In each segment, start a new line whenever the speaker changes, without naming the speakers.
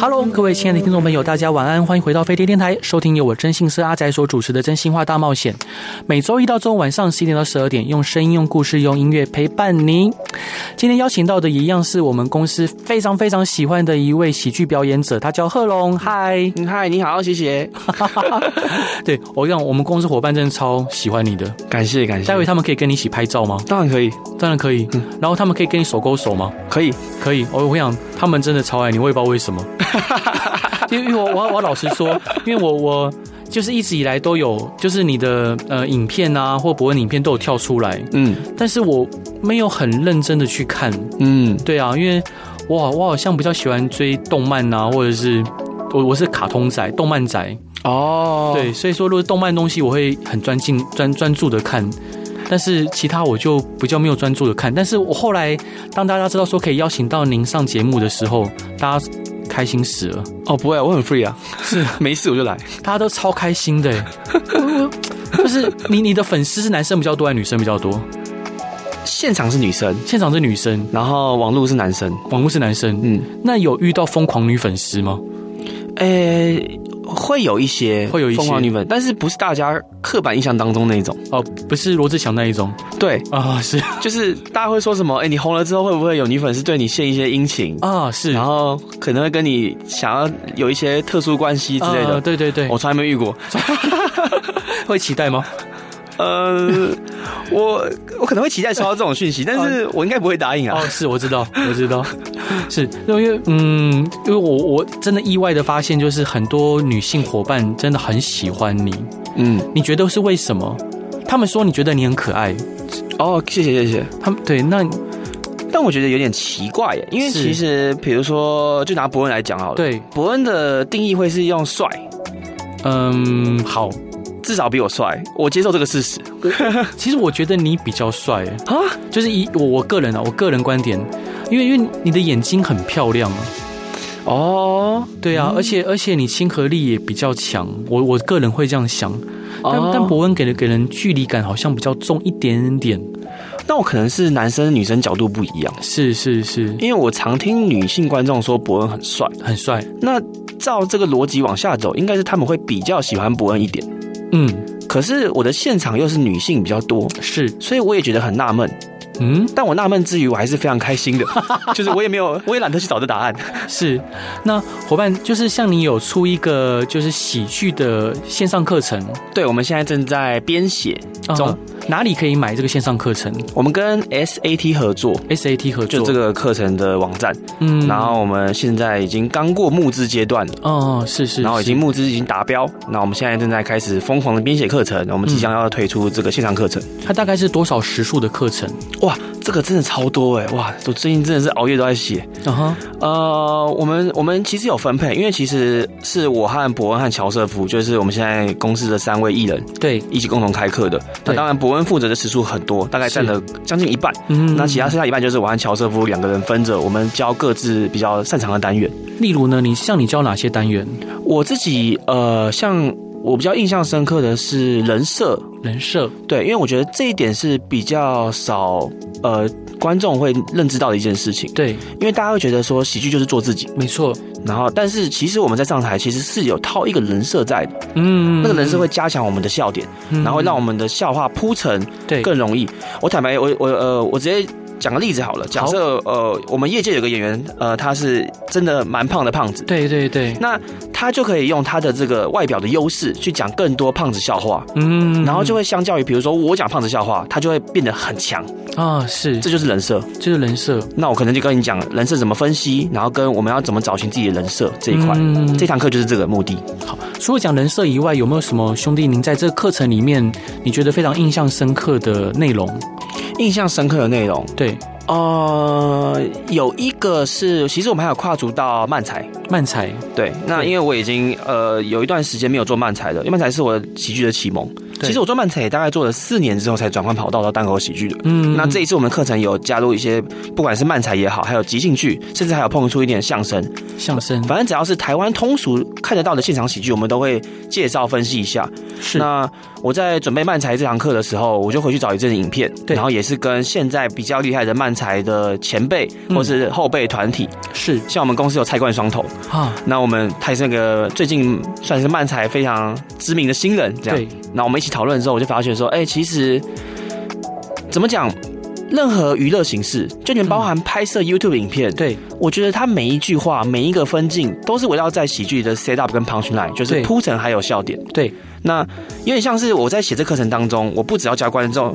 Hello，各位亲爱的听众朋友，大家晚安，欢迎回到飞碟电台，收听由我真心社阿宅所主持的《真心话大冒险》。每周一到周五晚上十一点到十二点，用声音、用故事、用音乐陪伴您。今天邀请到的也一样是我们公司非常非常喜欢的一位喜剧表演者，他叫贺龙。嗨，
嗯嗨，你好，谢 谢，
对我让我们公司伙伴真的超喜欢你的。
感谢感谢。
待会他们可以跟你一起拍照吗？
当然可以，
当然可以。然后他们可以跟你手勾手吗？
可以，
可以。哦我我想他们真的超爱你，我也不知道为什么。因为我我我老实说，因为我我。就是一直以来都有，就是你的呃影片啊，或博文影片都有跳出来，
嗯
但是我没有很认真的去看。
嗯
对啊，因为我好我好像比较喜欢追动漫啊，或者是我我是卡通仔、动漫仔，
哦，
对，所以说如果动漫东西我会很专进专专注的看。但是其他我就比较没有专注的看，但是我后来当大家知道说可以邀请到您上节目的时候，大家开心死了，
哦，不会，我很 free 啊，
是
没事我就来。
大家都超开心的欸， 我我就是你你的粉丝是男生比较多还是女生比较多？
现场是女生，
现场是女生，
然后网络是男生，
网络是男生，
嗯，
那有遇到疯狂女粉丝吗？
诶、会有一些，
会有一些
疯狂女粉，但是不是大家刻板印象当中那种。
哦，不是罗志祥那一种
对，
啊，是
就是大家会说什么？哎、你红了之后会不会有女粉丝对你献一些殷勤？
啊，是
然后可能会跟你想要有一些特殊关系之类的，哦
啊对对对，
我从来没遇过。
会期待吗？
呃，我我可能会期待收到这种讯息，但是我应该不会答应啊
哦。，是我知道，我知道，是因为嗯，因为我我真的意外的发现，就是很多女性伙伴真的很喜欢你，
嗯，
你觉得是为什么？他们说你觉得你很可爱，
哦，谢谢谢谢。
他们对那
但我觉得有点奇怪耶，因为
是
其实比如说，就拿伯恩来讲好了，，
对
伯恩的定义会是用帅，
嗯好，
至少比我帅，我接受这个事实
其实我觉得你比较帅，欸
啊。
就是以我我个人啊，我个人观点，因为因为你的眼睛很漂亮啊。
哦
对啊，而且而且你亲和力也比较强，我我个人会这样想。但、
哦
但伯恩给人给人距离感好像比较重一点点，
那我可能是男生女生角度不一样，
是是是，
因为我常听女性观众说伯恩很帅，
很帅。
那照这个逻辑往下走，应该是他们会比较喜欢伯恩一点。
嗯，
可是我的现场又是女性比较多，
是，
所以我也觉得很纳闷。
嗯
但我纳闷之余，我还是非常开 心的，就是我也没有，我也懒得去找这答案。
是。那伙伴就是像你有出一个就是喜剧的线上课程
对，我们现在正在编写中，
啊哪里可以买这个线上课程
我们跟 SAT 合作，
？SAT 合作，
就这，个课程的网站。
嗯
然后我们现在已经刚过募资阶段了，
哦，是是，
然后已经
是
募资已经达标，那我们现在正在开始疯狂的编写课程，我们即将要推出这个线上课程。
它大概是多少时数的课程？
哇，这个真的超多哎！哇，我最近真的是熬夜都在写。
啊哈，
呃，我们我们其实有分配，因为其实是我和伯恩和乔瑟夫，就是我们现在公司的三位艺人，
对，
一起共同开课的。那
对
当然，伯恩负责的时数很多，大概占了将近一半。
嗯
那其他剩下一半就是我和乔瑟夫两个人分着，我们教各自比较擅长的单元。
例如呢，你像你教哪些单元？
我自己呃，像我比较印象深刻的是人设，
人设，
对，因为我觉得这一点是比较少呃观众会认知到的一件事情，
对，
因为大家会觉得说喜剧就是做自己，
没错，
然后但是其实我们在上台其实是有套一个人设在的，
嗯
那个人设会加强我们的笑点，
嗯
然后会让我们的笑话铺陈
对
更容易。我坦白，我我呃，我直接讲个例子好了。假设呃，我们业界有个演员，呃，他是真的蛮胖的胖子，
对对对，
那他就可以用他的这个外表的优势去讲更多胖子笑话。
嗯
然后就会相较于，比如说我讲胖子笑话，他就会变得很强，
啊，是，
这就是人设。
这就是人设
那我可能就跟你讲人设怎么分析，然后跟我们要怎么找寻自己的人设这一块，
嗯
这堂课就是这个目的。
除了讲人设以外，有没有什么兄弟您在这个课程里面你觉得非常印象深刻的内容？
印象深刻的内容，
对，
呃，有一个是，其实我们还有跨足到漫才，
漫才
对，那
对
因为我已经呃有一段时间没有做漫才了，因为漫才是我喜剧的启蒙。
对
其实我做漫才也大概做了四年之后，才转换跑道到单口喜剧的。
嗯
那这一次我们课程有加入一些，不管是漫才也好，还有即兴剧，甚至还有碰出一点相声。
相声
反正只要是台湾通俗看得到的现场喜剧，我们都会介绍分析一下。
是
那我在准备漫才这堂课的时候，我就回去找一阵影片，
对
然后也是跟现在比较厉害的漫才的前辈
嗯
或是后辈团体，
是
像我们公司有菜冠双头，
啊，
那我们他也是那个最近算是漫才非常知名的新人，这样。
对，
那我们一起讨论之后，我就发觉说，哎、其实怎么讲？任何娱乐形式，就连包含拍摄 YouTube 影片，
嗯对，
我觉得他每一句话、每一个分镜都是围绕在喜剧的 set up 跟 punch line，就是
对
铺陈还有笑点。
对，
那有点像是我在写这课程当中，我不只要教观众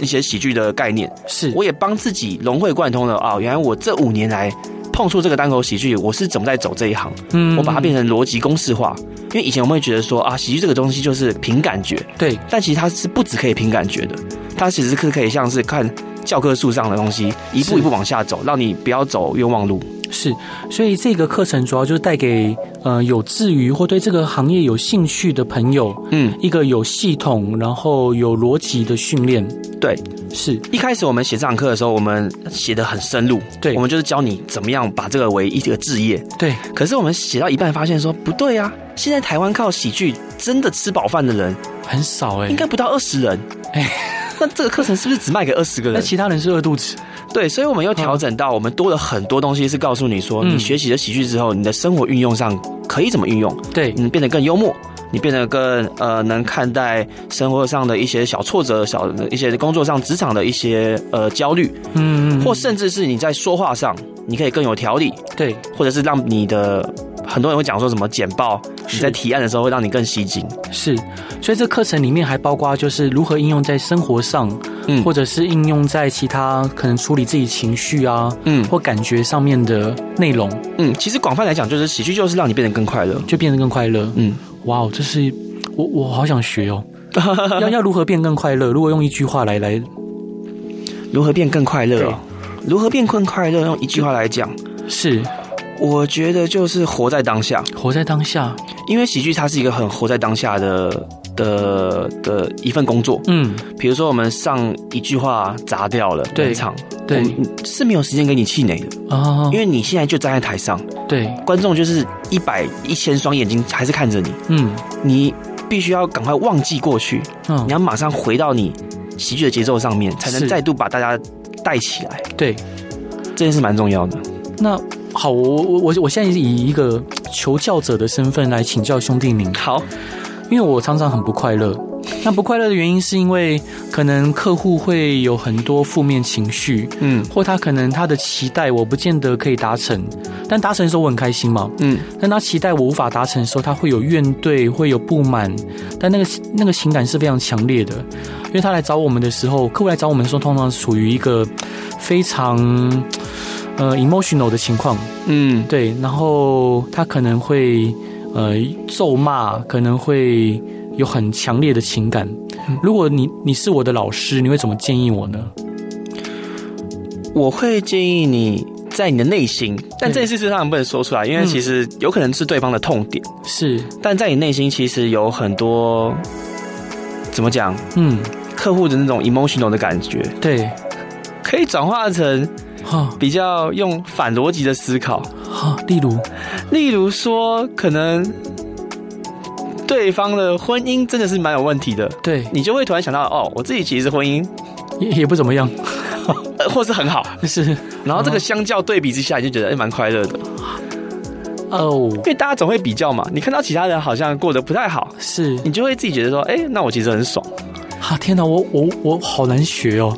一些喜剧的概念，
是
我也帮自己融会贯通了啊、原来我这五年来碰触这个单口喜剧，我是怎么在走这一行？
嗯
我把它变成逻辑公式化。因为以前我们会觉得说啊，喜剧这个东西就是凭感觉，
对
但其实它是不只可以凭感觉的，它其实是可以像是看教科书上的东西，一步
是
一步往下走，让你不要走冤枉路。
是，所以这个课程主要就是带给呃有志于或对这个行业有兴趣的朋友
嗯，
一个有系统，然后有逻辑的训练。
对，
是
一开始我们写这堂课的时候，我们写的很深入，
对
我们就是教你怎么样把这个为一个置业。
对，
可是我们写到一半发现说不对啊，现在台湾靠喜剧真的吃饱饭的人
很少哎、
应该不到二十人，
哎
哎，那这个课程是不是只卖给二十个
那
人？
其他人是饿肚子。
对，所以我们又调整到我们多了很多东西，是告诉你说，
嗯
你学习了喜剧之后，你的生活运用上可以怎么运用？
对，
你变得更幽默，你变得更呃能看待生活上的一些小挫折、小一些工作上、职场的一些呃焦虑，
嗯，
或甚至是你在说话上，你可以更有条理，
对，
或者是让你的很多人会讲说什么简报，
是
你在提案的时候会让你更吸睛。
是，所以这课程里面还包括就是如何应用在生活上，
嗯
或者是应用在其他可能处理自己情绪啊，
嗯
或感觉上面的内容，
嗯，其实广泛来讲，就是喜剧就是让你变得更快乐。
就变得更快乐。
嗯，
哇哦，这是我我好想学哦。要要如何变更快乐？如果用一句话来来，
如何变更快乐哦？如何变更快乐？用一句话来讲，
是
我觉得就是活在当下，
活在当下。
因为喜剧它是一个很活在当下的的的一份工作。
嗯，
比如说我们上一句话砸掉了
对
冷场，
对
我们是没有时间给你气馁的，
啊，
因为你现在就站在台上，
对，
观众就是一百一千双眼睛还是看着你，
嗯
你必须要赶快忘记过去，
嗯
你，要马上回到你喜剧的节奏上面，才
是
能再度把大家带起来，
对。
这件事蛮重要的。
那好，我我我我现在以一个求教者的身份来请教兄弟您，
好，
因为我常常很不快乐。那不快乐的原因是因为可能客户会有很多负面情绪，
嗯
或他可能他的期待我不见得可以达成，但达成的时候我很开心嘛。
嗯，
但他期待我无法达成的时候，他会有怨怼，会有不满，但那个那个情感是非常强烈的。因为他来找我们的时候，客户来找我们的时候，通常是处于一个非常呃 emotional 的情况，
嗯，
对，然后他可能会呃咒骂，可能会有很强烈的情感。如果你你是我的老师，你会怎么建议我呢？
我会建议你在你的内心，但
对
这件事实上不能说出来，因为其实有可能是对方的痛点，
是，
但在你内心其实有很多怎么讲，
嗯，
客户的那种 emotional 的感觉，
对，
可以转化成
哈
比较用反逻辑的思考，
哈，例如，
例如说，可能对方的婚姻真的是蛮有问题的。
对，
你就会突然想到，哦，我自己其实婚姻，
也也不怎么样，
呃，或是很好，
是
然后这个相较对比之下，你就觉得哎蛮、快乐的，
哦，
因为大家总会比较嘛。你看到其他人好像过得不太好，
是
你就会自己觉得说，哎、那我其实很爽。
啊，天哪，我我我好难学 哦，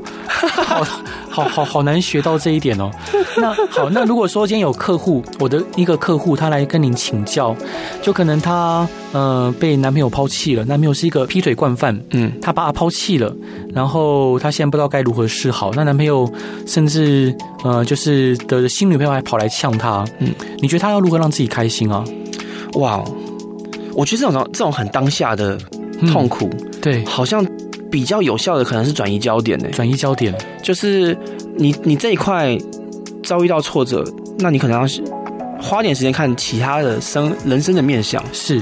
好好好好难学到这一点哦。那好，那如果说今天有客户，我的一个客户他来跟您请教，就可能他呃被男朋友抛弃了，男朋友是一个劈腿惯犯。
嗯，
他把他抛弃了，然后他现在不知道该如何是好。那男朋友甚至呃，就是的新女朋友还跑来呛他。嗯
嗯，
你觉得他要如何让自己开心啊？
哇哦，我觉得这种这种很当下的
嗯
痛苦，
对，
好像比较有效的可能是转移焦点呢、
转移焦点。
就是你你这一块遭遇到挫折，那你可能要是花点时间看其他的生人生的面相，
是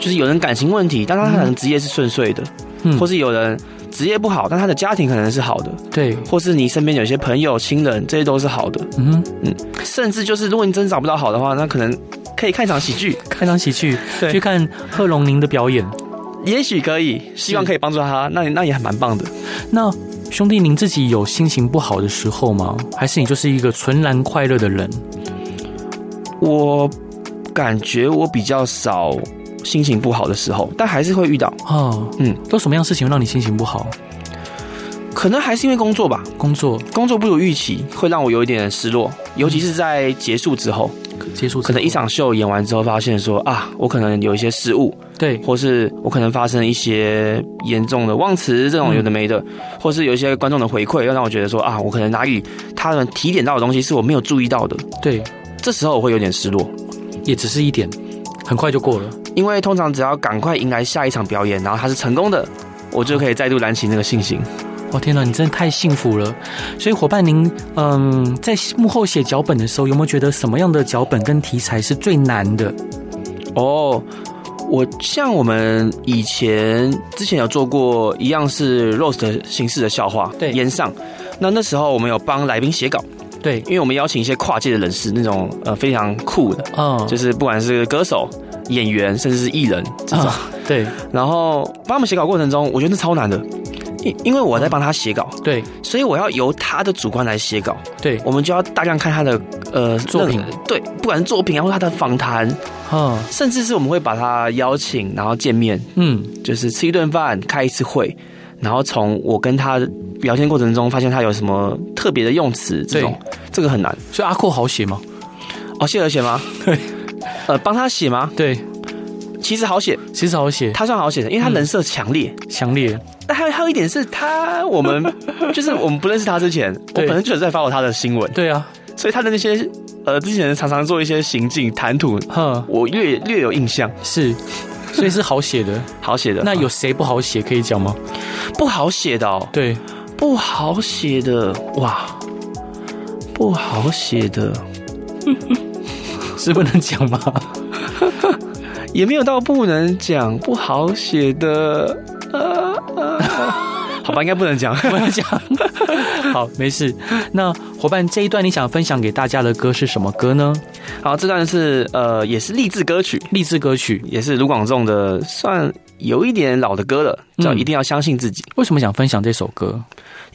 就是有人感情问题，但他可能职业是顺遂的，
嗯
或是有人职业不好，但他的家庭可能是好的，
对，
或是你身边有些朋友、亲人，这些都是好的。
嗯哼，
甚至就是，如果你真找不到好的话，那可能可以看一场喜剧，
看场喜剧，
对
去看贺龙宁的表演。
也许可以，希望可以帮助他，那那也蛮棒的。
那兄弟，您自己有心情不好的时候吗？还是你就是一个纯然快乐的人？
我感觉我比较少心情不好的时候，但还是会遇到，
哦，
嗯，
都什么样的事情会让你心情不好？
可能还是因为工作吧，
工作
工作不如预期，会让我有一点失落，尤其是在结束之后，
结束之后，
可能一场秀演完之后，发现说啊，我可能有一些失误，
对，
或是我可能发生一些严重的忘词这种
嗯
有的没的，或是有一些观众的回馈，要让我觉得说啊，我可能哪里他们提点到的东西是我没有注意到的，
对，
这时候我会有点失落，
也只是一点，很快就过了。
因为通常只要赶快迎来下一场表演，然后他是成功的，我就可以再度燃起那个信心。
哇，天哪，你真的太幸福了！所以伙伴，您嗯，在幕后写脚本的时候，有没有觉得什么样的脚本跟题材是最难的？
哦，我像我们以前之前有做过一样是 roast 的形式的笑话，
对
演上。那那时候我们有帮来宾写稿，
对，
因为我们邀请一些跨界的人士，那种呃非常酷的，
嗯，
就是不管是歌手、演员，甚至是艺人这种。
啊对
然后帮他们写稿过程中，我觉得那超难的，因因为我在帮他写稿，
对
所以我要由他的主观来写稿，
对，
我们就要大量看他的呃
作品
那个对，不管是作品啊，或他的访谈，
嗯
甚至是我们会把他邀请，然后见面，
嗯，
就是吃一顿饭，开一次会，然后从我跟他聊天过程中发现他有什么特别的用词，这种这个很难。
所以阿阔好写吗？
哦，谢尔写吗？
对，
呃，帮他写吗？
对，
其实好写，
其实好写，
他算好写的，因为他人设强烈。
强烈
但还有还有一点是他，我 们就是我们不认识他之前，我
对
本身就有在发过他的新闻，
对啊，
所以他的那些呃之前常常做一些行径谈吐，
哼，
我略略有印象，
是，所以是好写的。
好写的。
那有谁不好写可以讲吗？
不好写的哦，
对，
不好写的哇，不好写的
是不能讲 吗？
也没有到不能讲不好写的，呃呃， 好吧，应该不能讲。
不能讲。好，没事。那伙伴，这一段你想分享给大家的歌是什么歌呢？
好，这段是呃也是励志歌曲，
励志歌曲。
也是卢广仲的，算有一点老的歌了，叫《
嗯
一定要相信自己》。
为什么想分享这首歌？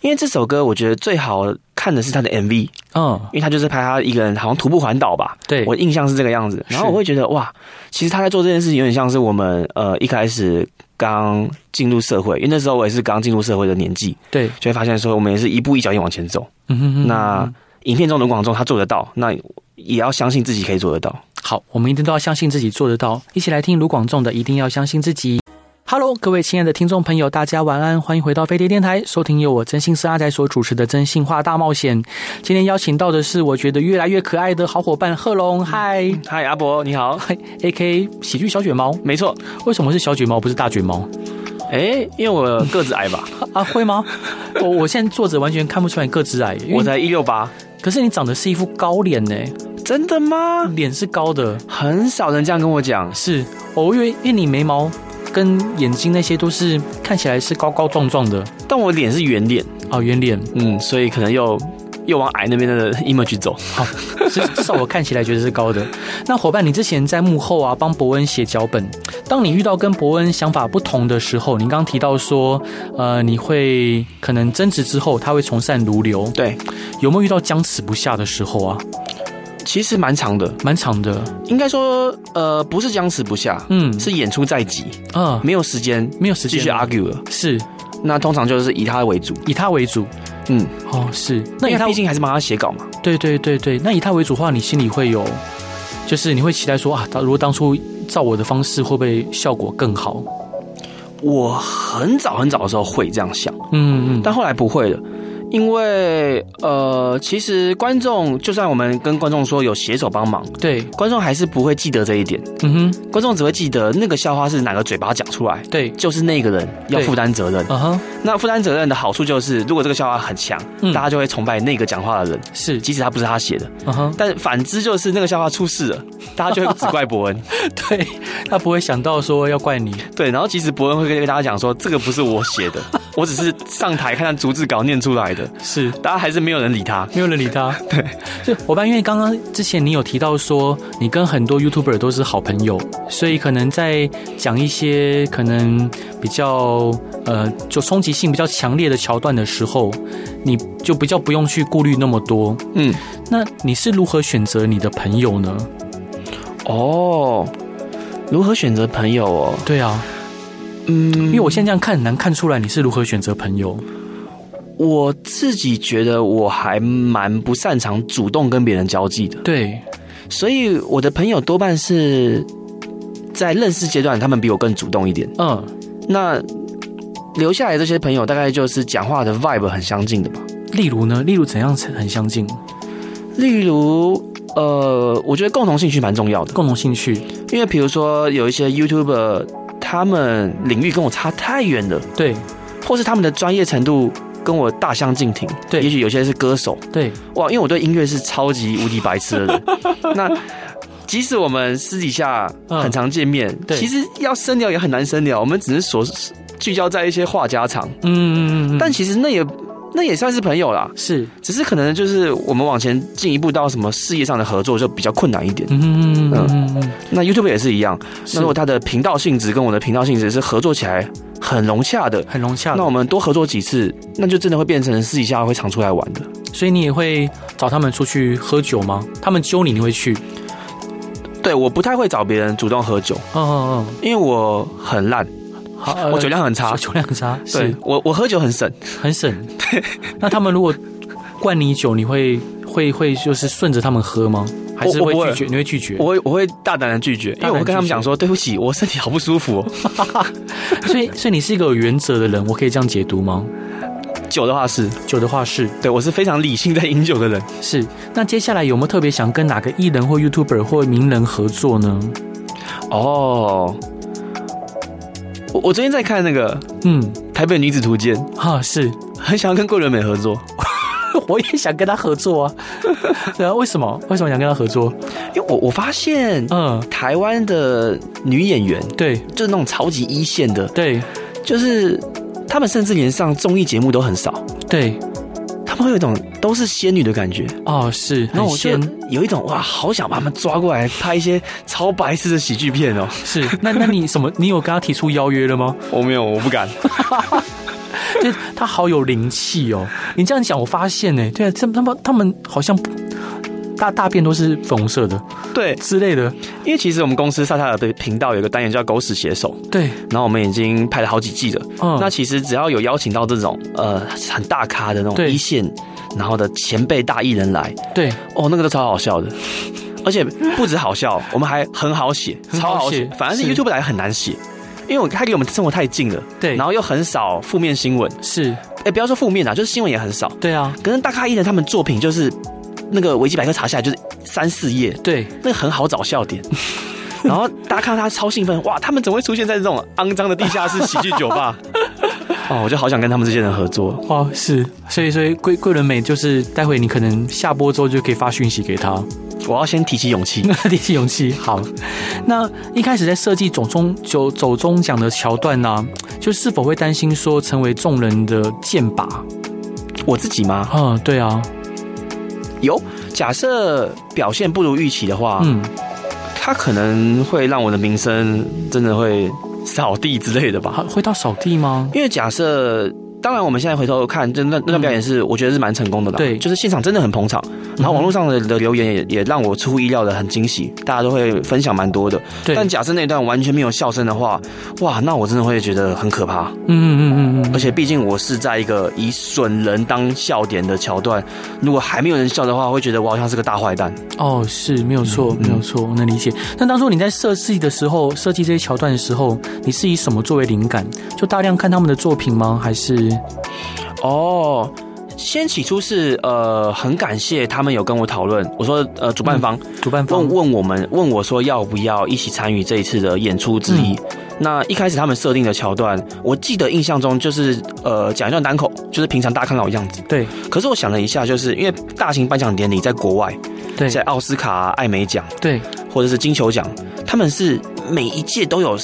因为这首歌我觉得最好看的是他的 MV，因
嗯，
为他就是拍他一个人好像徒步环岛吧，
对，
我印象是这个样子。
是
然后我会觉得哇，其实他在做这件事情有点像是我们呃一开始刚进入社会，因为那时候我也是刚进入社会的年纪，
对，
就会发现说我们也是一步一脚印往前走。
嗯哼哼
那影片中的广众他做得到，那也要相信自己可以做得到。
好，我们一定都要相信自己做得到。一起来听卢广仲的《一定要相信自己》。Hello，各位亲爱的听众朋友，大家晚安，欢迎回到飞碟电台，收听由我真心是阿仔所主持的《真心话大冒险》。今天邀请到的是我觉得越来越可爱的好伙伴贺龙，嗨
嗨，阿伯你好，
，A K 喜剧小卷毛。
没错，
为什么是小卷毛不是大卷毛
哎，因为我个子矮吧，
啊？会吗？我我现在坐着完全看不出来你个子矮， 因为
我才一六八，
可是你长得是一副高脸呢，
真的吗？
脸是高的，
很少人这样跟我讲，
是哦，因为因为你眉毛跟眼睛那些都是看起来是高高壮壮的
但我脸是圆脸，
哦，圆脸
嗯，所以可能又又往矮那边的 image 走。
至至少我看起来觉得是高的。那伙伴，你之前在幕后啊帮伯恩写脚本，当你遇到跟伯恩想法不同的时候，你刚刚提到说，呃，你会可能争执之后他会从善如流，
对，
有没有遇到僵持不下的时候啊？
其实蛮长的，
蛮长的，
应该说，呃，不是僵持不下，
嗯
是演出在即，
啊，
没有时间
没有时
继
间
续 argue 了。
是
那通常就是以他为主，
以他为主
嗯，
哦，是那
那
以
因为
他
毕竟还是帮他写稿嘛。
对对对对，那以他为主的话，你心里会有，就是你会期待说啊，他如果当初照我的方式，会不会效果更好？
我很早很早的时候会这样想，
嗯嗯，
但后来不会了，因为呃，其实观众就算我们跟观众说有写手帮忙，
嗯对，
观众还是不会记得这一点，
嗯哼，
观众只会记得那个笑话是哪个嘴巴讲出来，
对，
就是那个人要
对
负担责任。
嗯哼，
那负担责任的好处就是，如果这个笑话很强，
嗯
大家就会崇拜那个讲话的人，
是，
即使他不是他写的。
嗯哼，
但反之就是那个笑话出事了，大家就会只怪伯恩。
对，他不会想到说要怪你，
对，然后其实伯恩会跟大家讲说，这个不是我写的，我只是上台看看逐字稿念出来的，
是。
大家还是没有人理他。
没有人理他。对，就伙伴，因为刚刚之前你有提到说，你跟很多 YouTuber 都是好朋友，所以可能在讲一些可能比较呃，就冲击性比较强烈的桥段的时候，你就比较不用去顾虑那么多。
嗯，
那你是如何选择你的朋友呢？
哦，如何选择朋友哦？
对啊，
嗯，
因为我现在这样看很难看出来你是如何选择朋友。
我自己觉得我还蛮不擅长主动跟别人交际的，
对，
所以我的朋友多半是在认识阶段，他们比我更主动一点。
嗯，
那留下来这些朋友，大概就是讲话的 vibe 很相近的吧。
例如呢，例如怎样很相近，
例如，呃，我觉得共同兴趣蛮重要的，
共同兴趣，
因为比如说有一些 YouTuber，他们领域跟我差太远了，
对
或是他们的专业程度跟我大相径庭。
对
也许有些是歌手，
对，
哇，因为我对音乐是超级无敌白痴的 人。那即使我们私底下
嗯
很常见面，
对
其实要深聊也很难深聊，我们只是所聚焦在一些话家常，
嗯嗯嗯嗯，
但其实那也那也算是朋友啦。
是，
只是可能就是我们往前进一步到什么事业上的合作就比较困难一点。
嗯嗯嗯嗯嗯。
那 YouTube 也是一样，那
是
如果它的频道性质跟我的频道性质是合作起来很融洽的，
很融洽
那
的，
我们多合作几次，那就真的会变成私底下会常出来玩的。
所以你也会找他们出去喝酒吗？他们揪你，你会去？
对，我不太会找别人主动喝酒，
嗯嗯
因为我很烂，
嗯，好，呃
我酒量很差
是。 酒量很差，
对
是
我，我喝酒很省，
很省。 那他们如果灌你酒，你会会会就是顺着他们喝吗？还是
我我
会
不会
拒绝？你会拒绝
我？会我会大胆的拒绝，因为我会跟他们讲说，对不起，我身体好不舒服、哦。
所 以所以你是一个有原则的人，我可以这样解读吗？
酒的话是，
酒的话是
对我是非常理性在饮酒的人。
是。那接下来有没有特别想跟哪个艺 E 人或 YouTuber 或名人合作呢？
哦，我我最近在看那个
嗯，
《台北女子图鉴》，
哈是，
很想要跟桂纶镁合作，
我也想跟他合作啊。 对啊，为什么？为什么想跟他合作？
因为我我发现
嗯，
台湾的女演员
对
就是那种超级一线的，
对
就是她们甚至连上综艺节目都很少，
对，
她们会有一种都是仙女的感觉，
哦，是
然
很
后我就
鲜，
有一种哇，好想把她们抓过来拍一些超白痴的喜剧片哦。
是。那那你什么？你有跟他提出邀约了吗？
我没有，我不敢。
就是他好有灵气哦。你这样讲，我发现呢，对啊，这他们他们好像不大大便都是粉红色的
对，
之类的，
因为其实我们公司萨塔尔的频道有个单元叫“狗屎写手
对，”，
然后我们已经拍了好几季了。
嗯，
那其实只要有邀请到这种呃很大咖的那种
对
一线，然后的前辈大艺人来，
对，
哦，那个都超好笑的， 而且不止好笑， 我们还很好写，
很
超
好
好
写
写。反而是
是
YouTube 来很难写，因为我它离我们生活太近了，
对
然后又很少负面新闻，
是，
哎，不要说负面啊，就是新闻也很少。
对啊，
可是大咖艺人他们作品就是那个维基百科查下来就是三四页，
对，
那个很好找笑点。 然后大家看到他超兴奋，哇，他们怎么会出现在这种肮脏的地下室喜剧酒吧？哦，我就好想跟他们这些人合作。
哇，是。所以所以桂桂纶镁就是待会你可能下播之后就可以发讯息给他，
我要先提起勇气。
第一勇气。好，那一开始在设计走中走走中奖的桥段呢、就是否会担心说成为众人的箭靶？
我自己吗？
啊，对啊，
有，假设表现不如预期的话，
嗯，
他可能会让我的名声真的会扫地之类的吧。
好，会到扫地吗？
因为假设，当然我们现在回头看，就那那段表演是、我觉得是蛮成功的啦。
对嗯
就是现场真的很捧场，然后网络上的的留言也也让我出乎意料的很惊喜，大家都会分享蛮多的。
对，
但假设那段完全没有笑声的话，哇，那我真的会觉得很可怕。
嗯嗯嗯嗯
而且毕竟我是在一个以损人当笑点的桥段，如果还没有人笑的话，会觉得我好像是个大坏蛋。
嗯，哦，是没有错，
嗯
没有错，我能理解。那当初你在设计的时候，设计这些桥段的时候，你是以什么作为灵感？就大量看他们的作品吗？还是
哦，先起初是呃很感谢他们有跟我讨论，我说呃主办方、
主办方
问问我们问我说要不要一起参与这一次的演出之
嗯
一。那一开始他们设定的桥段，我记得印象中就是呃讲一段单口，就是平常大看老样子。
对
可是我想了一下，就是因为大型颁奖典礼在国外，
对
在奥斯卡啊、艾美奖
对
或者是金球奖，他们是每一届都有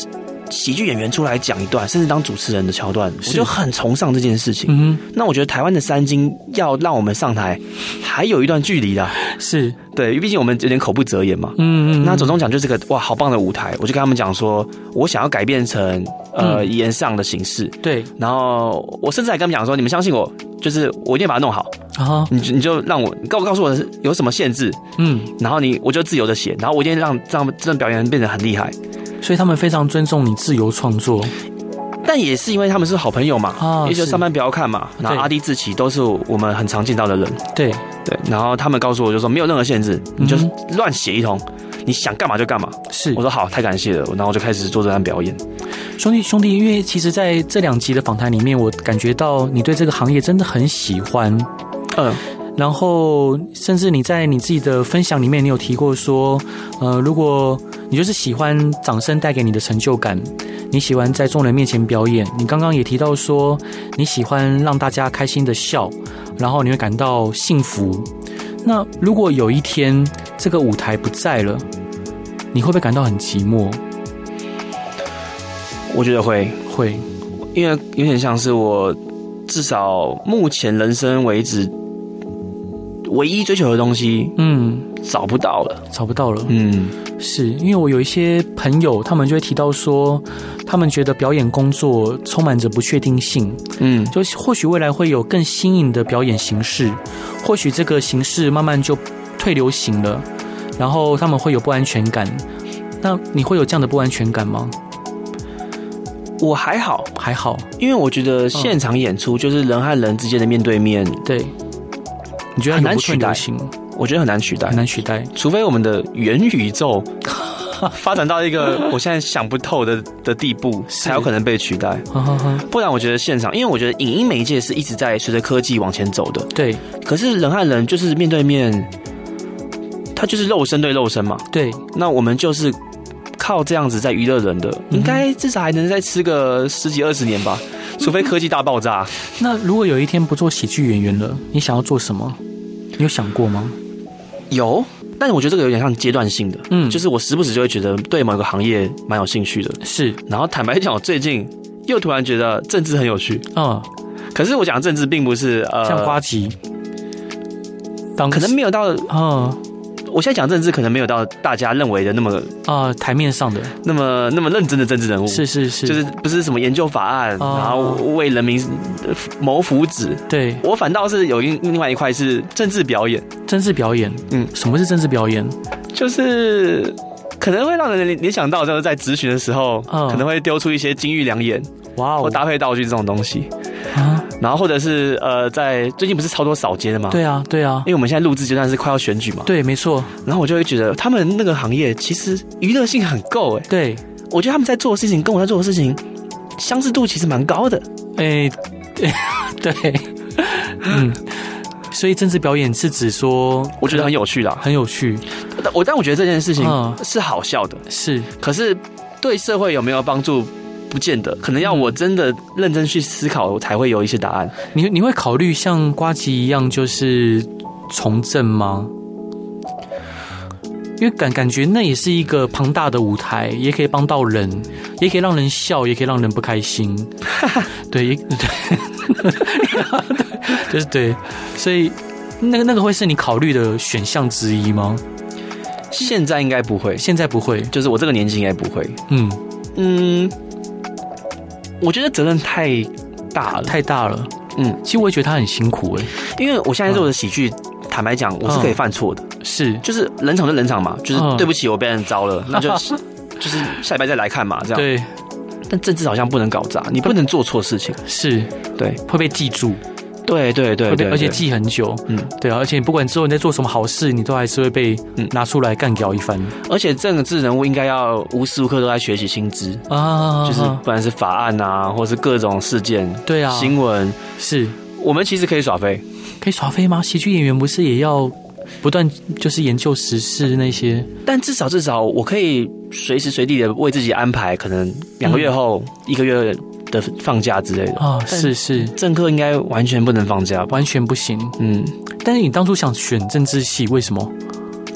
喜剧演员出来讲一段，甚至当主持人的桥段，我就很崇尚这件事情。
嗯
那我觉得台湾的三金要让我们上台，还有一段距离的。
哼是
对，因为毕竟我们有点口不择言嘛。
嗯嗯
那总中奖就是个哇，好棒的舞台，我就跟他们讲说，呃我想要改变成呃演上的形式，
对
然后我甚至还跟他们讲说，你们相信我，就是我一定把它弄好，
啊
你就你就让我你告告诉我有什么限制，
嗯，
然后你我就自由的写，然后我一定让让他们这段表演变得很厉害。
所以他们非常尊重你自由创作
但也是因为他们是好朋友嘛，
啊
也就是上班不要看嘛，然后
对
阿弟志奇都是我们很常见到的人，
对
对，然后他们告诉我就说没有任何限制，你就
嗯
乱写一通，你想干嘛就干嘛。
是
我说好，太感谢了，然后我就开始做这段表演。
兄弟兄弟，因为其实在这两集的访谈里面，我感觉到你对这个行业真的很喜欢，
嗯，
然后甚至你在你自己的分享里面，你有提过说，呃，如果你就是喜欢掌声带给你的成就感，你喜欢在众人面前表演，你刚刚也提到说你喜欢让大家开心的笑，然后你会感到幸福。那如果有一天这个舞台不在了，你会不会感到很寂寞？
我觉得会，
会，
因为有点像是我至少目前人生为止唯一追求的东西
嗯，
找不到了。
找不到了。
嗯，
是因为我有一些朋友，他们就会提到说，他们觉得表演工作充满着不确定性，
嗯，
就或许未来会有更新颖的表演形式，或许这个形式慢慢就退流行了，然后他们会有不安全感。那你会有这样的不安全感吗？
我还好，
还好，
因为我觉得现场演出就是人和人之间的面对面，
对。你觉得
很
有
难
不退
取代
流行，
我觉得很难取代
很，难取代。
除非我们的元宇宙发展到一个我现在想不透的的地步，才有可能被取代。
哈哈哈，
不然，我觉得现场，因为我觉得影音媒介是一直在随着科技往前走的，
对
可是人和人就是面对面，它就是肉身对肉身嘛。
对，
那我们就是靠这样子在娱乐人的，
嗯
应该至少还能再吃个十几二十年吧，除非科技大 爆炸。
那如果有一天不做喜剧演员了，你想要做什么？你有想过吗？
有，但是我觉得这个有点像阶段性的，
嗯
就是我时不时就会觉得对某个行业蛮有兴趣的，
是，
然后坦白讲，我最近。又突然觉得政治很有趣，
嗯，
可是我讲的政治并不是呃，
像瓜吉，当
可能没有到
啊
我现在讲政治，可能没有到大家认为的那么
啊台面上的，
那么那么认真的政治人物，
是是是，
就是不是什么研究法案，
哦
然后为人民呃谋福祉。
对
我反倒是有另另外一块是政治表演，
政治表演。
嗯
什么是政治表演？
就是可能会让人联联想到，就是在咨询的时候，
嗯
可能会丢出一些金玉良言
哇
或
哦，
搭配道具这种东西，
啊，
然后或者是呃，在最近不是超多扫街的吗？。
对啊，对啊
因，为我们现在录制阶段是快要选举嘛，
对，没错，
然后我就会觉得他们那个行业其实娱乐性很够哎，
对，
我觉得他们在做的事情跟我在做的事情相似度其实蛮高的。
哎、对，嗯，所以政治表演是指说
我觉得很有趣啦。
很有趣，
但我但我觉得这件事情
嗯
是好笑的，
是
可是对社会有没有帮助，不见得。可能要我真的认真去思考，我才会有一些答案。
你你会考虑像瓜吉一样就是从政吗？因为感感觉那也是一个庞大的舞台，也可以帮到人，也可以让人笑，也可以让人不开 心。对，也 对，就是对，所以那个那个会是你考虑的选项之一吗？
现在应该不会，
现在不会，
就是我这个年纪应该不会。
嗯，
嗯，我觉得责任太大了，
太大了，
嗯，
其实我也觉得他很辛苦诶、欸
因为我现在
嗯
做的喜剧。坦白讲，我是可以犯错的，
是
就是冷场就冷场嘛，就是
嗯
对不起，我被人招了， 那就就是下礼拜再来看嘛，这样。
对，
但政治好像不能搞砸，你不能做错事情。
是
对，
会被记住。
对对对
会被
对，
而且
对
记很久，嗯
嗯，
对啊，而且你不管之后你在做什么好事，你都还是会被
嗯
拿出来干掉一番
而且政治人物应该要无时无刻都在学习新知，
啊，
就是不管是法案啊，或是各种事件、
对啊，
新闻，
是
我们其实可以耍飞，
可以耍飞吗？喜剧演员不是也要不断就是研究时事那些？
但至少至少我可以随时随地的为自己安排，可能两个月后、一个月的放假之类的。
啊，是是，
政客应该完全不能放假吧？
完全不行。
嗯，
但是你当初想选政治系，为什么？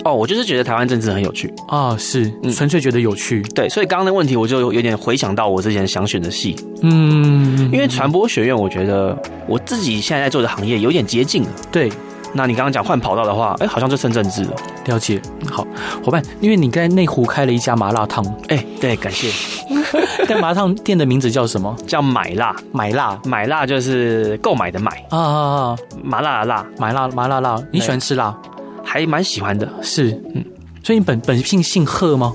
哦，我就是觉得台湾政治很有趣，
啊，是纯粹觉得有趣。
对，所以刚刚的问题我就有有点回想到我之前想选的系，
嗯，
因为传播学院，我觉得我自己现在在做的行业有点接近了。
对，
那你刚刚讲换跑道的话，哎、好像就剩政治了。
了解。好，伙伴，因为你在内湖开了一家麻辣 烫，
哎、对，感谢。
但麻辣烫店的名字叫什么？
叫买辣，
买辣
买辣就是购买的买，
啊啊啊！
麻辣的辣，
买辣麻辣辣，你喜欢吃辣？
还蛮喜欢的。
是，嗯。所以你本本姓姓贺吗？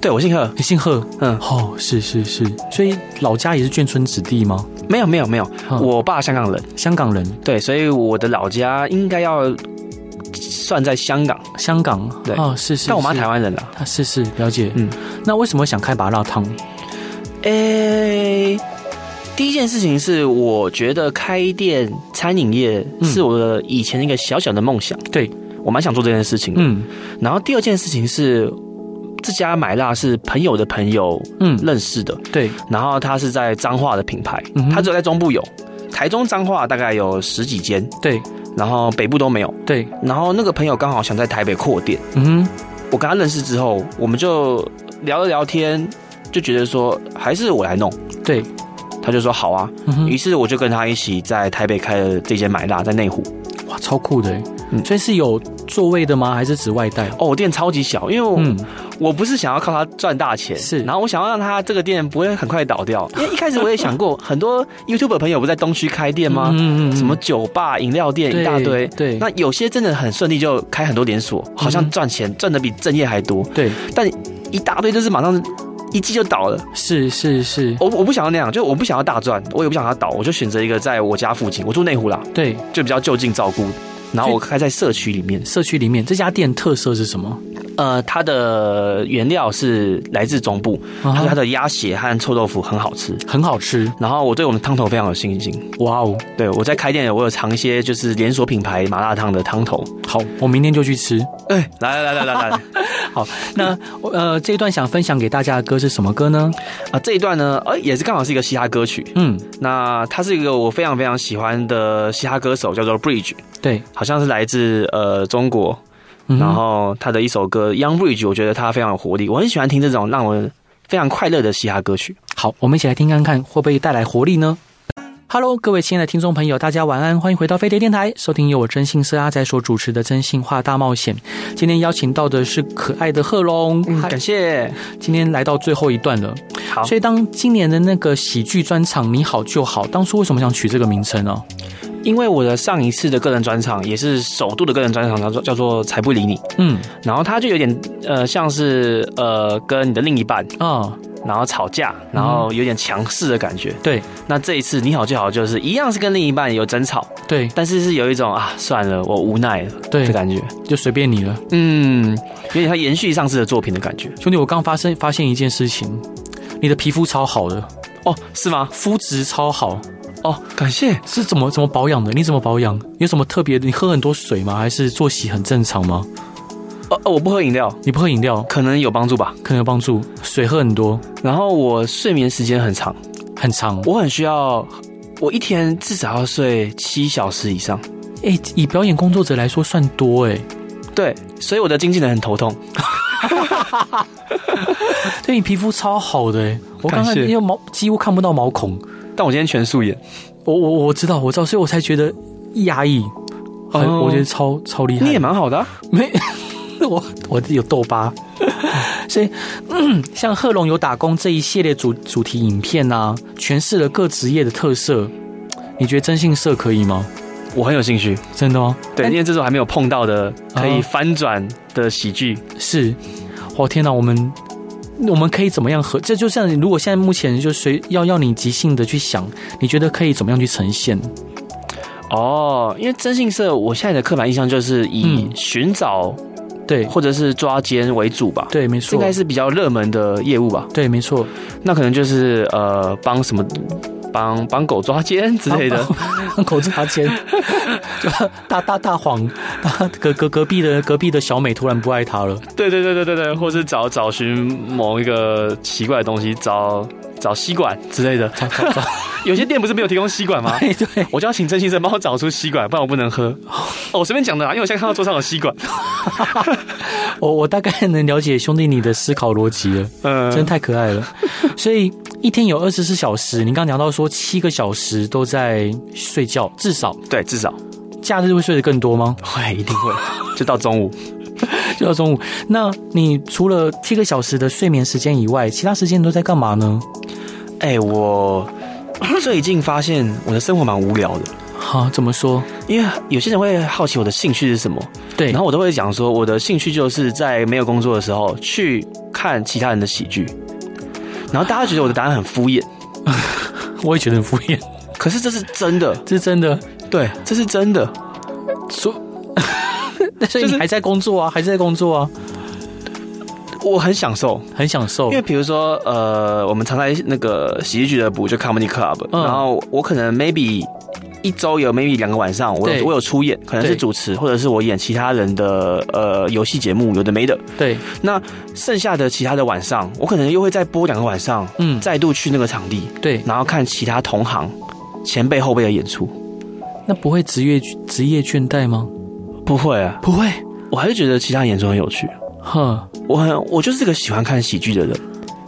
对我姓贺，
你姓贺？
嗯，
哦，是是是。所以老家也是眷村子弟吗？
没有没有没有，
嗯
我爸香港人，
香港人，
对，所以我的老家应该要算在香港，
香港
对
啊，是是。
但我妈
是
台湾人啦。
啊，是是了解。嗯
嗯，
那为什么想开麻辣烫？
哎、第一件事情是，我觉得开店餐饮业是我的以前一个小小的梦想，
对，
我蛮想做这件事情的。
嗯
然后第二件事情是，这家买辣是朋友的朋友
嗯，
认识的，
对，
然后它是在彰化的品牌
嗯哼，
它只有在中部有，台中彰化大概有十几间，
对
然后北部都没有。
对，
然后那个朋友刚好想在台北扩店，
嗯哼，
我跟他认识之后，我们就聊了聊天，就觉得说还是我来弄，
对，
他就说好啊。
嗯哼
于，是我就跟他一起在台北开了这间买辣，在内湖。
哇，超酷的耶！欸
嗯
所以是有座位的吗？还是只外带？
哦，我店超级小，因为我,、
嗯，
我不是想要靠它赚大钱，
是
然后我想要让他这个店不会很快倒掉，因为一开始我也想过，很多 YouTube 朋友不是在东区开店吗？
嗯
什么酒吧、饮料店一大堆。
对，嗯
那有些真的很顺利，就开很多连锁，好像赚钱赚的比正业还多，
对，
一大堆就是马上一季就倒了。
是是是，
我我不想要那样，就我不想要大赚，我也不想要倒，我就选择一个在我家附近，我住内湖啦，
对，
就比较就近照顾。然后
所以
我开在社区里面，
社区里面这家店特色是什么？
呃，它的原料是来自中部，
啊
它
哈
它的鸭血和臭豆腐很好吃。
很好吃，
然后我对我们的汤头非常有信心。
哇哦！
对我在开店，我有尝一些就是连锁品牌麻辣烫的汤头。
好，我明天就去吃。
哎，来来来来来来
那呃，这一段想分享给大家的歌是什么歌呢？
啊！这一段呢，呃，也是刚好是一个嘻哈歌曲。
嗯，
那它是一个我非常非常喜欢的嘻哈歌手，叫做 Bridge，
对，
好像是来自呃中国。
嗯
然后他的一首歌《Young Bridge》，我觉得他非常有活力，我很喜欢听这种让我非常快乐的嘻哈歌曲。
好，我们一起来听看看会不会带来活力呢？Hello，各位亲爱的听众朋友，大家晚安，欢迎回到飞碟电台，收听由我真心是阿仔所主持的《真心话大冒险》。今天邀请到的是可爱的贺龙，嗨
嗯感谢，
今天来到最后一段了。
好
所以当今年的那个喜剧专场《你好就好》，当初为什么想取这个名称呢、
因为我的上一次的个人专场也是首度的个人专场，叫做叫做《才不理你》，
嗯
然后他就有点呃像是呃跟你的另一半
啊，
然后吵架，然后有点强势的感觉。
对
那这一次你好就好，就是一样是跟另一半有争吵，
对
但是是有一种啊算了我无奈了的
对，
感觉，
就随便你了，
嗯，有点像延续上次的作品的感觉。
兄弟，我刚发生发现一件事情，你的皮肤超好的，
哦，是吗？
肤质超好。
哦，感谢。
是怎么怎么保养的？你怎么保养？有什么特别的？你喝很多水吗？还是作息很正常吗？
哦哦，我不喝饮料，
你不喝饮料
可能有帮助吧。
可能有帮助，水喝很多，
然后我睡眠时间很长，
很长。
我很需要，我一天至少要睡七小时以上。
哎、以表演工作者来说算多哎、
对，所以我的经纪人很头痛。
对你皮肤超好的哎、我刚看
感谢
因为毛几乎看不到毛孔，
但我今天全素颜，
我我我知道我知道，所以我才觉得压抑，很
哦
我觉得超超厉害。
你也蛮好的啊、
没， 我我有痘疤， 所以、嗯、像贺龙有打工这一系列主主题影片啊，诠释了各职业的特色。你觉得征信社可以吗？
我很有兴趣。
真的吗？
对，因为这是我还没有碰到的可以
哦
翻转的喜剧。
是，我、天哪，我们我们可以怎么样合？这就像如果现在目前就随要要你即兴的去想，你觉得可以怎么样去呈现？
哦，因为征信社，我现在的刻板印象就是以
嗯
寻找
对
或者是抓奸为主吧。
对，没
这应
错
该，是比较热门的业务吧？
对，没错，
那可能就是呃，帮什么帮帮狗抓奸之类的，
口子他 尖，就大大大谎， 大隔隔隔壁的隔壁的小美突然不爱他了，
对对对对对对，或是找找寻某一个奇怪的东西，找找吸管之类 的。有些店不是没有提供吸 管吗？
哎对，
我就要请郑先生帮我找出吸管，不然我不能 喝。哦，我随便讲的啦，因为我现在看到桌上有吸 管。
我我大概能了解兄弟你的思考逻辑了，
嗯，
真的太可爱了。所以一天有二十四小时，你刚讲到说七个小时都在睡觉，至少
对，至少
假日会睡得更多吗？
会一定会， 就到中午。
就到中午。那你除了七个小时的睡眠时间以外，其他时间你都在干嘛呢？
哎、我最近发现我的生活蛮无聊的，
哈、怎么说？
因为有些人会好奇我的兴趣是什么，
对，
然后我都会讲说我的兴趣就是在没有工作的时候去看其他人的喜剧，然后大家觉得我的答案很敷衍，
我也觉得很敷衍，
可是这是真的，
这是真的。
对，这是真的。
所，所以你还在工作啊，还是在工作啊，
我很享受，
很享受
因。为比如说，呃，我们常在那个喜剧俱乐部，就 Comedy Club，、
嗯
然后我可能 maybe 一周有 maybe 两个晚上，我
对
有我有出演，可能是
对
主持，或者是我演其他人的呃游戏节目，有的没的。
对，
那剩下的其他的晚上，我可能又会再播两个晚上，
嗯，
再度去那个场地，
对，
然后看其他同行前辈后辈的演出。
那不会职业职业倦怠吗？
不会啊，
不会，
我还是觉得其他演出很有趣。
哼，
我很我就是个喜欢看喜剧的人。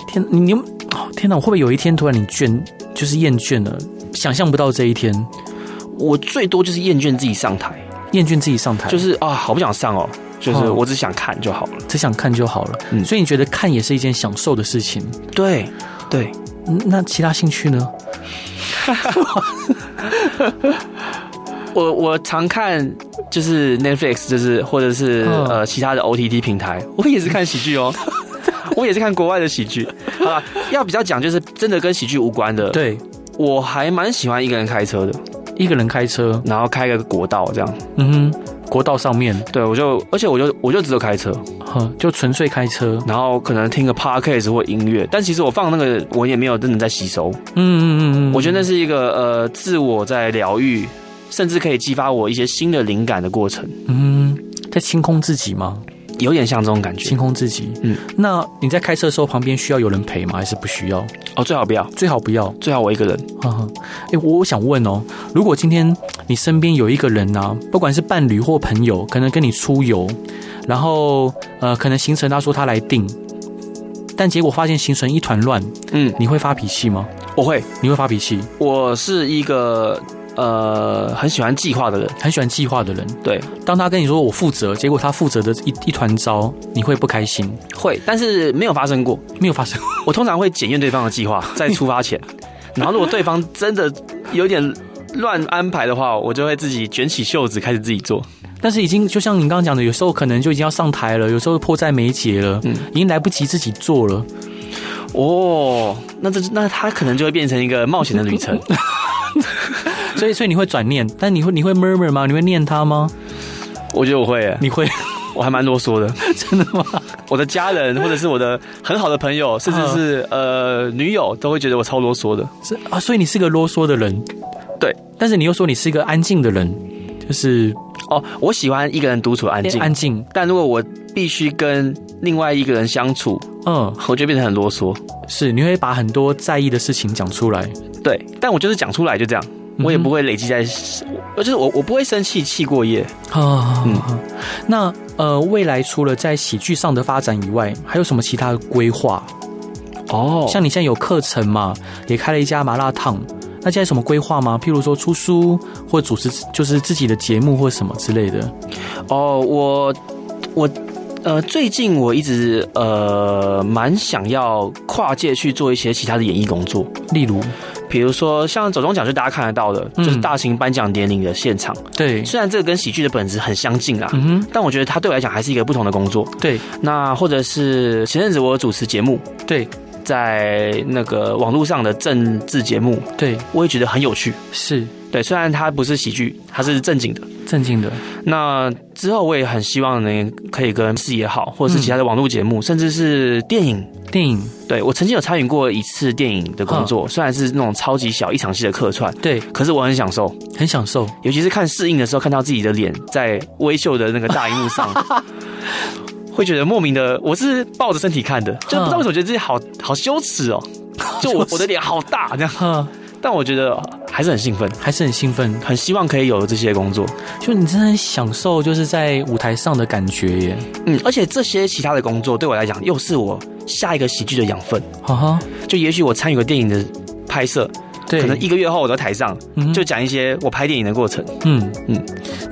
天，你你哦，天哪，我会不会有一天突然你倦，就是厌倦了，想象不到这一天，
我最多就是厌倦自己上台，
厌倦自己上台，
就
就是
是啊，好不想上哦，就是
哦
我只想看就好了。
只想看就好了。
嗯
所以你觉得看也是一件享受的事情？
对，对，
嗯那其他兴趣呢？
我我常看就是 Netflix，就是或者是、
嗯
呃其他的 OTT 平台，我也是看喜 剧哦。我也是看国外的喜剧，好吧，要比较讲就是真的跟喜剧无关的。，
对，
我还蛮喜欢一个人开车的，
一个人开车，
然后开个国道这样。
嗯哼，国道上面，
对，我就而且我就我就只有开车，
哼，就纯粹开车，
然后可能听个 podcast 或音乐，但其实我放那个我也没有真的在吸收，
嗯嗯嗯嗯，
我觉得那是一个呃自我在疗愈，甚至可以激发我一些新的灵感的过程，
嗯，在清空自己吗？
有点像这种感觉
清。空自己。
嗯，
那你在开车的时候，旁边需要有人陪吗？还是不需要？
哦，最好不要，
最好不要。
最好我一个人。
哈哈，哎，我我想问哦，如果今天你身边有一个人啊，不管是伴侣或朋友，可能跟你出游，然后呃，可能行程他说他来定，但结果发现行程一团乱，
嗯，
你会发脾气吗？
我会，
你会发脾气，
我是一个呃很喜欢计划的人。
很喜欢计划的人。
对，
当他跟你说我负责，结果他负责的一一团糟，你会不开心？
会，但是没有发生过。
没有发生，
我通常会检验对方的计 划，在出发前，然后如果对方真的有点乱安排的话，我就会自己卷起袖子开始自己做。
但是已经就像您刚刚讲的，有时候可能就已经要上台了，有时候迫在眉睫了，
嗯
已经来不及自己做了。
哦，那这那他可能就会变成一个冒险的旅程。
所以，所以你会转念，但你会你会 murmur 吗？你会念他吗？
我觉得我会耶，
你会
我还蛮啰嗦 的。嗯
真的吗？
我的家人或者是我的很好的朋友，甚至是呃女友，都会觉得我超啰嗦的。
是啊，所以你是个啰嗦的人，
对。
但是你又说你是一个安静的人，就是
哦，我喜欢一个人独处哎安静，
安静，
但如果我必须跟另外一个人相处，
嗯，
我就变得很啰嗦。
是你会把很多在意的事情讲出来，
对，但我就是讲出来就这样，
嗯
我也不会累积在，我就是我我不会生气气过夜。
啊。
嗯
那呃，未来除了在喜剧上的发展以外，还有什么其他的规划？
哦像
像你现在有课程嘛，也开了一家麻辣烫，那现在有什么规划吗？譬如说出书，或主持就是自己的节目或什么之类的。
哦，我我呃，最近我一直呃蛮想要跨界去做一些其他的演艺工作，
例如，
比如说像走中奖，就大家看得到的，
嗯
就是大型颁奖典礼的现场。
对，
虽然这个跟喜剧的本质很相近啦，
嗯哼，
但我觉得它对我来讲还是一个不同的工作。
对
那或者是前阵子我有主持节目，
对
在那个网络上的政治节目，
对，
我也觉得很有趣。
是
对，虽然它不是喜剧，它是正经的，
正经的，
那之后我也很希望能可以跟视野好，或者是其他的网络节目，甚至是电影。
电影
对我曾经有参与过一次电影的工作，虽然是那种超级小一场戏的客串，
对，
可是我很享受，
很享受。
尤其是看试映的时候，看到自己的脸在微秀的那个大荧幕上。会觉得莫名的，我是抱着身体看的，就不知道为什么觉得自己好好羞耻哦，就我我的脸好大这样，
呵，
但我觉得还是很兴奋，
还是很兴奋，
很希望可以有这些工作。
就你真的很享受，就是在舞台上的感觉耶。
嗯，而且这些其他的工作对我来讲，又是我下一个喜剧的养分。
哈哈，
就也许我参与个电影的拍摄，
对，
可能一个月后我在台上
嗯
就讲一些我拍电影的过程。
嗯嗯
嗯。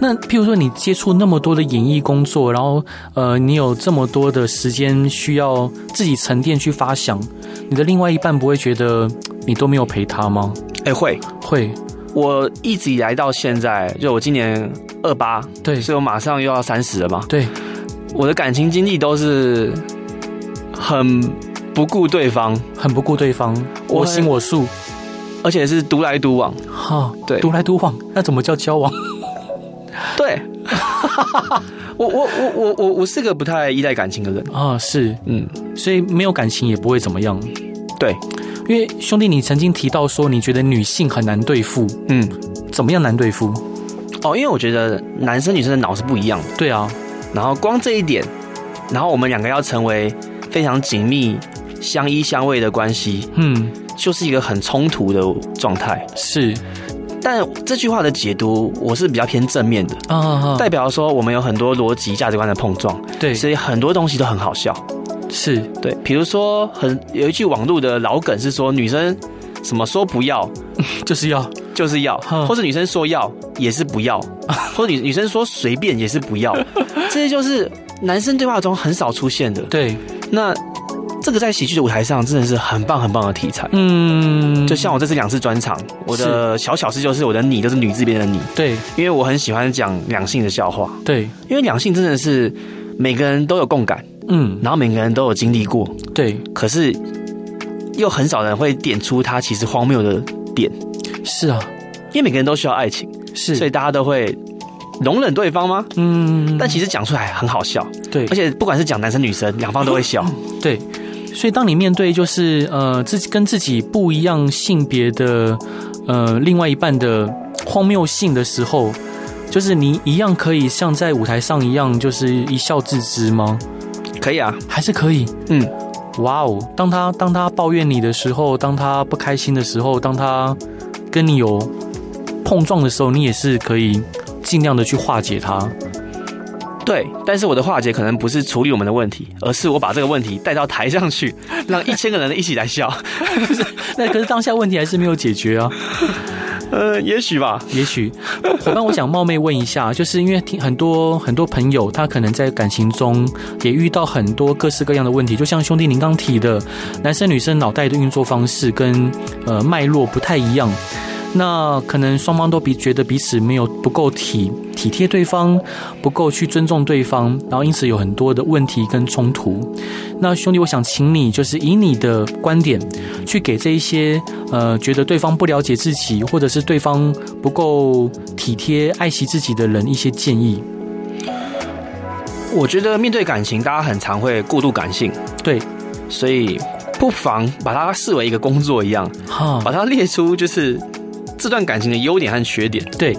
那譬如说，你接触那么多的演艺工作，然后呃，你有这么多的时间需要自己沉淀去发想，你的另外一半不会觉得嘖你都没有陪他吗？
哎、会，
会，
我一直以来到现在，就我今年二八，
对
所以我马上又要三十了嘛。
对，
我的感情经历都是很不顾对方，
很不顾对方，
我
我行我素，
而且是独来独往。
哈，
对
独来独往，那怎么叫交往？
对， 我我我我我我是个不太依赖感情的人。
啊，是，
嗯，
所以没有感情也不会怎么样。
对，
因为兄弟，你曾经提到说你觉得女性很难对付，
嗯，
怎么样难对付？
哦，因为我觉得男生女生的脑是不一样的。
对啊，
然后光这一点，然后我们两个要成为非常紧密、相依相偎的关系，
嗯，
就是一个很冲突的状态。
是
但这句话的解读，我是比较偏正面的，
啊啊，啊
代表说我们有很多逻辑、价值观的碰撞，
对
所以很多东西都很好笑。
是
对，比如说很有一句网络的老梗是说，女生什么说不要
就是要
就是要，
嗯
或是女生说要也是不要， 或者女女生说随便也是 不要，这些就是男生对话中很少出现的。
对，
那这个在喜剧的舞台上真的是很棒很棒的题材。
嗯，
就像我这次两次专场，我的小小事就是我的你都是女字边的你，
对
因为我很喜欢讲两性的笑话，
对，
因为两性真的是每个人都有共感，
嗯，
然后每个人都有经历过，
对，
可是又很少人会点出它其实荒谬的，
是啊，
因为每个人都需要爱情，所以
是，
大家都会容忍对方吗？
嗯，
但其实讲出来很好笑，
对
而且不管是讲男生女生，两方都会笑。
对，所以当你面对就是呃自己跟自己不一样性别的呃另外一半的荒谬性的时候，就是你一样可以像在舞台上一样，就是一笑置之吗？
可以啊，
还是可以？
嗯，
哇哦！当他当他抱怨你的时候，当他不开心的时候，当他跟你有碰撞的时候，你也是可以尽量的去化解它。
对，但是我的化解可能不是处理我们的问题，而是我把这个问题带到台上去，让一千个人一起来笑。
那可是当下问题还是没有解决啊。
呃，也许吧。
也许伙伴，我想冒昧问一下，就是因为听很多很多朋友，他可能在感情中也遇到很多各式各样的问题，就像兄弟您刚提的，男生女生脑袋的运作方式跟呃脉络不太一样。那可能双方都彼觉得彼此没有不够体体贴对方，不够去尊重对方，然后因此有很多的问题跟冲突。那兄弟，我想请你就是以你的观点去给这一些呃觉得对方不了解自己，或者是对方不够体贴、爱惜自己的人一些建议。
我觉得面对感情，大家很常会过度感性，
对，
所以不妨把它视为一个工作一样，
哈，
把它列出就是这段感情的优点和缺点，
对，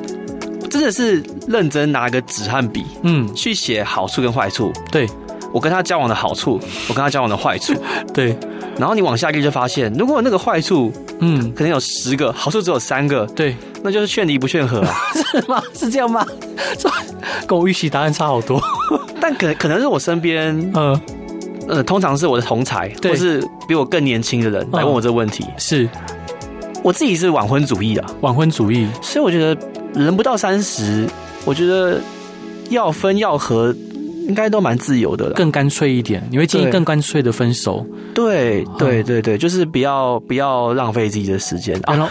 真的是认真拿个纸和笔
嗯，
去写好处跟坏处。
对，
我跟他交往的好处，我跟他交往的坏处，
对，
然后你往下列就发现，如果那个坏处
嗯，
可能有十个，好处只有三个，
对，
那就是劝离不劝和啊。
是吗？是这样吗？ 这跟我预期答案差好多。
但可可能是我身边，
呃，
呃，通常是我的同才，
对
或是比我更年轻的人来问我这个问题。
是
我自己是晚婚主义啊，
晚婚主义。
所以我觉得人不到三十，我觉得要分要合，应该都蛮自由的了。
更干脆一点，你会建议
对
更干脆的分手，
对对对
哦
对，就是不要不要浪费自己的时间啊
然。后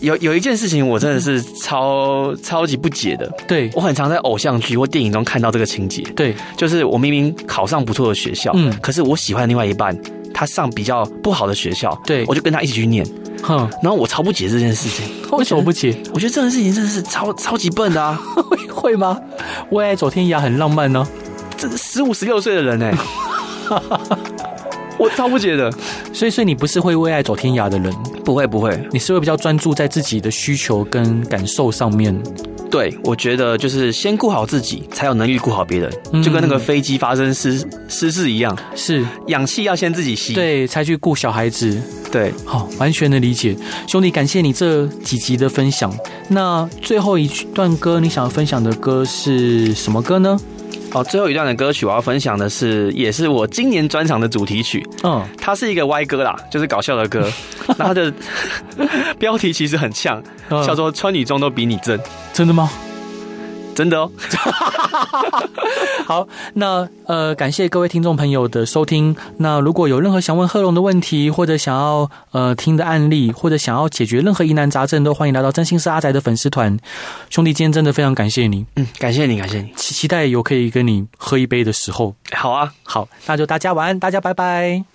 有有一件事情我真的是超超级不解的，
对
我很常在偶像剧或电影中看到这个情节，
对
就是我明明考上不错的学校，
嗯
可是我喜欢另外一半，他上比较不好的学校，
对
我就跟他一起去念，
哼，
然后我超不解这件事情，
为什么不起？
我觉得这件事情真的是超超级笨的啊！
会会吗？喂，走天涯很浪漫呢、
这十五十六岁的人哎、 我超不解的。
所以，所以你不是会为爱走天涯的人，
不会不会，
你是会比较专注在自己的需求跟感受上面。
对我觉得就是先顾好自己，才有能力顾好别人，就跟那个飞机发生失失事一样，
是
氧气要先自己吸。
对，才去顾小孩子。
对，
好，完全的理解，兄弟，感谢你这几集的分享。那最后一段歌，你想要分享的歌是什么歌呢？
哦，最后一段的歌曲我要分享的是，也是我今年专场的主题曲，
嗯，
它是一个歪歌啦， 就是搞笑的歌，那它的 标题其实很呛，
嗯
叫做“穿女装都比你正
真的吗？”，
真的哦。
好，那呃，感谢各位听众朋友的收听。那如果有任何想问贺龙的问题，或者想要呃听的案例，或者想要解决任何疑难杂症，都欢迎来到真心是阿宅的粉丝团。兄弟，今天真的非常感谢你，
嗯，感谢你，感谢你。
期期待有可以跟你喝一杯的时候。
好啊，
好，那就大家晚安，大家拜拜。